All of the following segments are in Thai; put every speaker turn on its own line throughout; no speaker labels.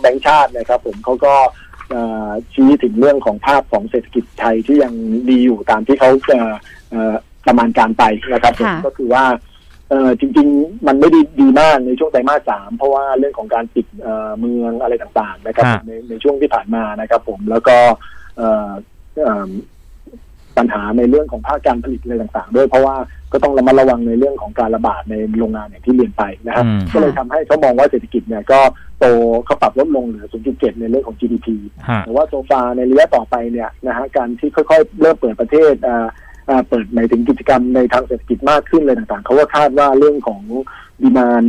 แบงค์ชาตินะครับผมเขาก็เอ่อชี้ถึงเรื่องของภาพของเศรษฐกิจไทยที่ยังดีอยู่ตามที่เขาจะเอ่อประมาณการไปนะครับผม
ค่ะ
ก็คือว่าเอ่อจริง ๆ มันไม่ได้ดีมากในช่วงไตรมาสสามเพราะว่าเรื่องของการปิดเอ่อเมืองอะไรต่างๆนะครับ
ฮะ
ในในช่วงที่ผ่านมานะครับผมแล้วก็เอ่อเอิ่มปัญหาในเรื่องของภาคการผลิตอะไรต่างๆ ด้วยเพราะว่าก็ต้องระมัดระวังในเรื่องของการระบาดในโรงงานอย่างที่เรียนไปนะครับ
อืม
ก็เลยทำให้เขามองว่าเศรษฐกิจเนี่ยก็โตเขาปรับลดลงเหลือ 0.7 ในเรื่องของ GDP
ฮะ
แต่ว่าโซฟาในระยะต่อไปเนี่ยนะฮะการที่ค่อยๆ เริ่มเปิดประเทศอ่าอ่าเปิดหมายถึงกิจกรรมในทางเศรษฐกิจมากขึ้นเลยต่างๆ เขาก็คาดว่าเรื่องของดีมาน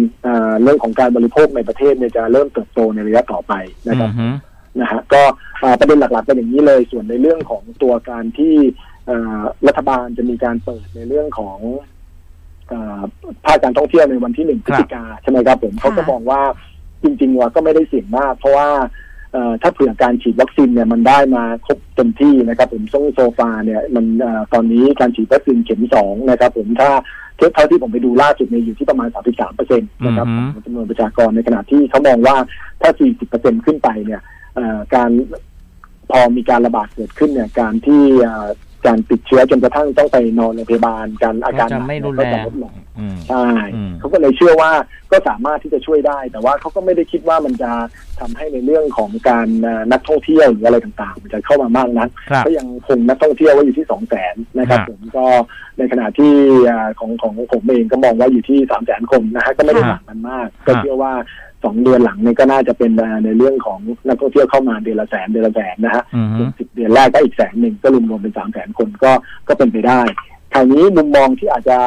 เรื่องของการบริโภคในประเทศเนี่ยจะเริ่มเติบโตในระยะต่อไป
อื
นะครับ
มฮึ
นะฮะก็อ่าประเด็นหลักๆเป็นอย่างนี้เลยส่วนในเรื่องของตัวการที่เอ่อรัฐบาลจะมีการเปิดในเรื่องของเอ่อภาคการท่องเที่ยวในวันที่หนึ่งพฤศจิกาใช่ไหมครับผมเขาก็มองว่าจริงๆว่าก็ไม่ได้เสี่ยงมาก เพราะว่าเอ่อถ้าเผื่อการฉีดวัคซีนเนี่ยมันได้มาครบเต็มที่นะครับ ผมซ่งโซฟาเนี่ยมันเอ่อตอนนี้การฉีดวัคซีนเข็มสองนะครับ ผมถ้าเทียบเท่าที่ผมไปดูล่าสุดเนี่ยอยู่ที่ประมาณ 33เปอร์เซ็นต์นะครับของจำนวนประชากรในขณะที่เขามองว่าถ้า 40เปอร์เซ็นต์ขึ้นไปเนี่ย เอ่อการพอมีการระบาดเกิดขึ้นเนี่ย การที่เอ่อการติดเชื้อจนกระทั่งต้องไปนอนโรงพยาบาล การอาการห
จะ
นัก
ไม่รุน
ก็
แร
จะ
ง
ลดลง
อืม
ใช่
อืม
เขาก็เลยเชื่อว่าก็สามารถที่จะช่วยได้ แต่ว่าเขาก็ไม่ได้คิดว่ามันจะทำให้ในเรื่องของการเอ่อนักท่องเที่ยวหรืออะไรต่างๆมันจะเข้ามามากนัก
ครับ
ก็ยังคงนักท่องเที่ยวไว้อยู่ที่สองแสนนะครับ
ฮะ
ผมก็ในขณะที่อ่าของของผมเองก็มองว่าอยู่ที่สามแสนคนนะฮะก็ไม่ได้
ฮะ
ต่างกันมาก ก็
ฮะ
เชื่อว่าสองเดือนหลังเนี่ยก็น่าจะเป็นอ่าในเรื่องของนักท่องเที่ยวเข้ามาเดือนละแสนเดือนละแสนนะฮะ
อืมฮึ
สิบเดือนแรกก็อีกแสนหนึ่งก็รวมรวมๆเป็นสามแสนคนก็ก็เป็นไปได้คราวนี้มุมมองที่อาจจะ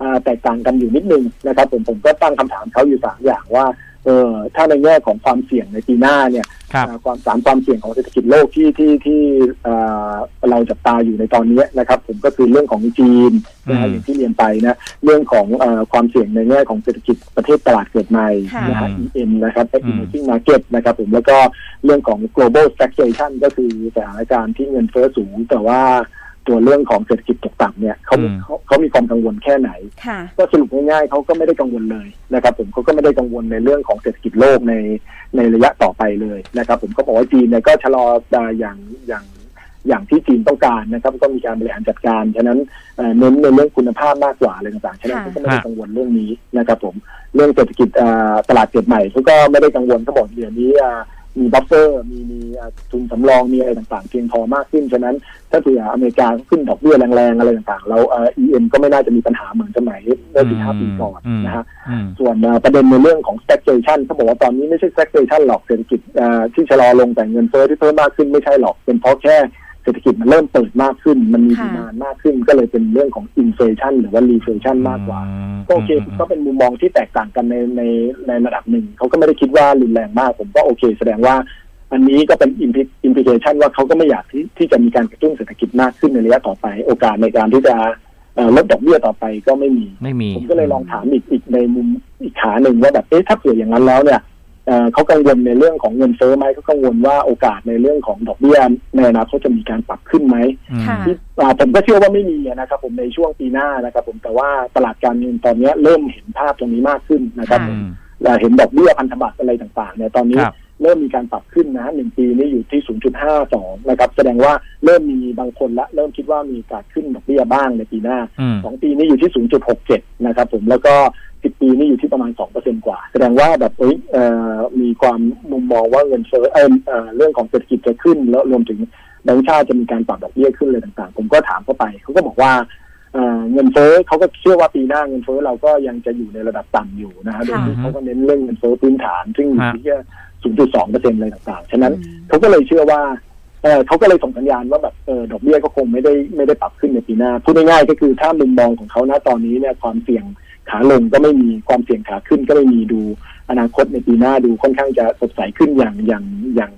อ่าแตกต่างกันอยู่นิดนึงนะครับ ผมผมก็ตั้งคำถามเขาอยู่สามอย่างว่าเออถ้าในแง่ของความเสี่ยงในปีหน้าเนี่ย
ครับ
อ่าความสามความเสี่ยงของเศรษฐกิจโลกที่ที่ที่เอ่อเราจับตาอยู่ในตอนนี้นะครับ ผมก็คือเรื่องของจีนนะฮะ
อืม
อย่างที่เรียนไปนะเรื่องของเออความเสี่ยงในแง่ของเศรษฐกิจประเทศตลาดเกิดใหม่
ค่ะ
นะฮะ
อืม
EM นะครับ Emerging Market นะครับผมแล้วก็เรื่องของ global stagflation ก็คือสถานการณ์ที่เงินเฟ้อสูง แต่ว่าตัวเรื่องของเศรษฐกิจตกต่ำเนี่ยเขา
อืม
เขาเขามีความกังวลแค่ไหน
ค่ะ
ก็สรุปง่ายๆเขาก็ไม่ได้กังวลเลยนะครับ ผมเขาก็ไม่ได้กังวลในเรื่องของเศรษฐกิจโลกในในระยะต่อไปเลยนะครับ ผมก็บอกว่าจีนเนี่ยก็ชะลออ่าอย่างอย่างอย่างที่จีนต้องการนะครับ ก็มีการบริหารจัดการฉะนั้นเอ่อเน้นในเรื่องคุณภาพมากกว่าอะไรต่างๆฉะนั้น
ค่ะ
เขาก็ไม่ได้กังวลเรื่องนี้นะครับ ผมเรื่องเศรษฐกิจอ่าตลาดเกิดใหม่เขาก็ไม่ได้กังวลเขาบอกเดี๋ยวนี้อ่ามีบัฟเฟอร์มีมีอ่าทุนสำรองมีอะไรต่างๆเพียงพอมากขึ้นฉะนั้น ถ้าเผื่ออเมริกาขึ้นดอกเบี้ยแรงๆ อะไรต่างๆ เราเอ่อ EM ก็ไม่น่าจะมีปัญหาเหมือนสมัยเมื่อสิบห้าปีก่อน
อืม
นะฮะ
อืม
ส่วนเอ่อประเด็นในเรื่องของ stagflation เขาบอกว่าตอนนี้ไม่ใช่ stagflation หรอกเศรษฐกิจเอ่อที่ชะลอลงแต่เงินเฟ้อที่เพิ่มมากขึ้นไม่ใช่หรอก เป็นเพราะแค่เศรษฐกิจมันเริ่มเปิดมากขึ้น มันมี
ค่ะ
ดีมานมากขึ้นก็เลยเป็นเรื่องของ inflation หรือว่า reflation มากกว่า ก็โอเคก็เป็นมุมมองที่แตกต่างกันในในในระดับหนึ่ง เขาก็ไม่ได้คิดว่ารุนแรงมาก ผมก็โอเค แสดงว่า อันนี้ก็เป็นอิมพิเคชันว่าเขาก็ไม่อยากที่ที่จะมีการกระตุ้นเศรษฐกิจมากขึ้นในระยะต่อไป โอกาสในการที่จะเอ่อลดดอกเบี้ยต่อไปก็ไม่มี
ไม่มี
ผมก็เลยลองถามอีกอีกในมุมอีกขาหนึ่งว่าแบบเอ๊ะถ้าเผื่ออย่างนั้นแล้วเนี่ยเอ่อเขากังวลในเรื่องของเงินเฟ้อไหมเขากังวลว่าโอกาสในเรื่องของดอกเบี้ยในอนาคตจะมีการปรับขึ้นไหม
อืม
ค่ะ
ที่อ่าผมก็เชื่อว่าไม่มีอะนะครับ ผมในช่วงปีหน้านะครับ ผมแต่ว่าตลาดการเงินตอนเนี้ยเริ่มเห็นภาพตรงนี้มากขึ้นนะครับ
ค่ะ
ผมและเห็นดอกเบี้ยพันธบัตรอะไรต่างๆเนี่ยตอนนี้
ครับ
เริ่มมีการปรับขึ้นนะฮะหนึ่งปีนี้อยู่ที่ 0.52 นะครับ แสดงว่าเริ่มมีบางคนละ เริ่มคิดว่ามีการขึ้นดอกเบี้ยบ้างในปีหน้า
อืม
สองปีนี้อยู่ที่ 0.67 นะครับผม แล้วก็สิบปีนี้อยู่ที่ประมาณ 2%กว่า แสดงว่าแบบเอ้ยเอ่อมีความมุมมองว่าเงินเฟ้อเอยเอ่อเรื่องของเศรษฐกิจจะขึ้น แล้วรวมถึงแบงก์ชาติจะมีการปรับดอกเบี้ยขึ้นเลยต่างๆ ผมก็ถามเข้าไป เขาก็บอกว่าเอ่อเงินเฟ้อเขาก็เชื่อว่าปีหน้าเงินเฟ้อเราก็ยังจะอยู่ในระดับต่ำอยู่นะฮะโดยที่เขาก็เน้นเรื่องเงินเฟ้อพื้นฐาน ซึ่งอยู่ที่แค่0.2%อะไรต่างๆ ฉะนั้น เขาก็เลยเชื่อว่า เออเขาก็เลยส่งสัญญาณว่าแบบเออดอกเบี้ยก็คงไม่ได้ไม่ได้ปรับขึ้นในปีหน้า พูดง่ายๆก็คือถ้ามุมมองของเขาณตอนนี้เนี่ยความเสี่ยงขาลงก็ไม่มีความเสี่ยงขาขึ้นก็ไม่มีดูอนาคตในปีหน้าดูค่อนข้างจะสดใสขึ้นอย่างอย่างอย่าง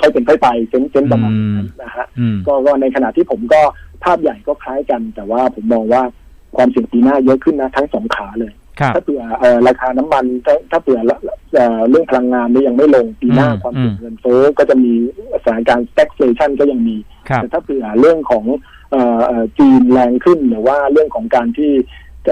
ค่อยเป็นค่อยไปเซนเซนประมาณนั้นนะฮะ
อืม
ก็ก็ในขณะที่ผมก็ภาพใหญ่ก็คล้ายกัน แต่ว่าผมมองว่าความเสี่ยงปีหน้าเยอะขึ้นนะทั้งสองขาเลย
ครับ
ถ้าเผื่อเอ่อราคาน้ำมันถ้าถ้าเผื่อละเอ่อเรื่องพลังงานนี่ยังไม่ลงปีหน้า
อืม
ความเสี่ยง
อืม
เงินเฟ้อก็จะมีสถานการณ์ stagflation ก็ยังมี
ครับ
แต่ถ้าเผื่อเรื่องของเอ่อเอ่อจีนแรงขึ้นหรือว่าเรื่องของการที่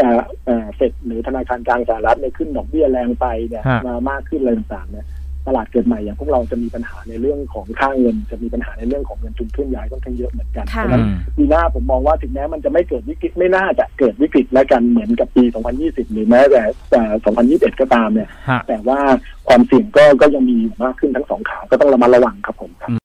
เอ่อเอ่อเฟดหรือธนาคารกลางสหรัฐเนี่ยขึ้นดอกเบี้ยแรงไปเนี่ย
ฮะ
มามากขึ้นอะไรต่างๆเนี่ย ตลาดเกิดใหม่อย่างพวกเราจะมีปัญหาในเรื่องของค่าเงิน จะมีปัญหาในเรื่องของเงินทุนเคลื่อนย้ายค่อนข้างเยอะเหมือนกัน
ค่ะ
เพราะฉะนั้นปีหน้าผมมองว่าถึงแม้มันจะไม่เกิดวิกฤตไม่น่าจะเกิดวิกฤตและกันเหมือนกับปี 2020 หรือแม้แต่แต่2021 ก็ตามเนี่ย
ฮะ
แต่ว่าความเสี่ยงก็ก็ยังมีอยู่มากขึ้นทั้งสองขาก็ต้องระมัดระวังครับผมครับ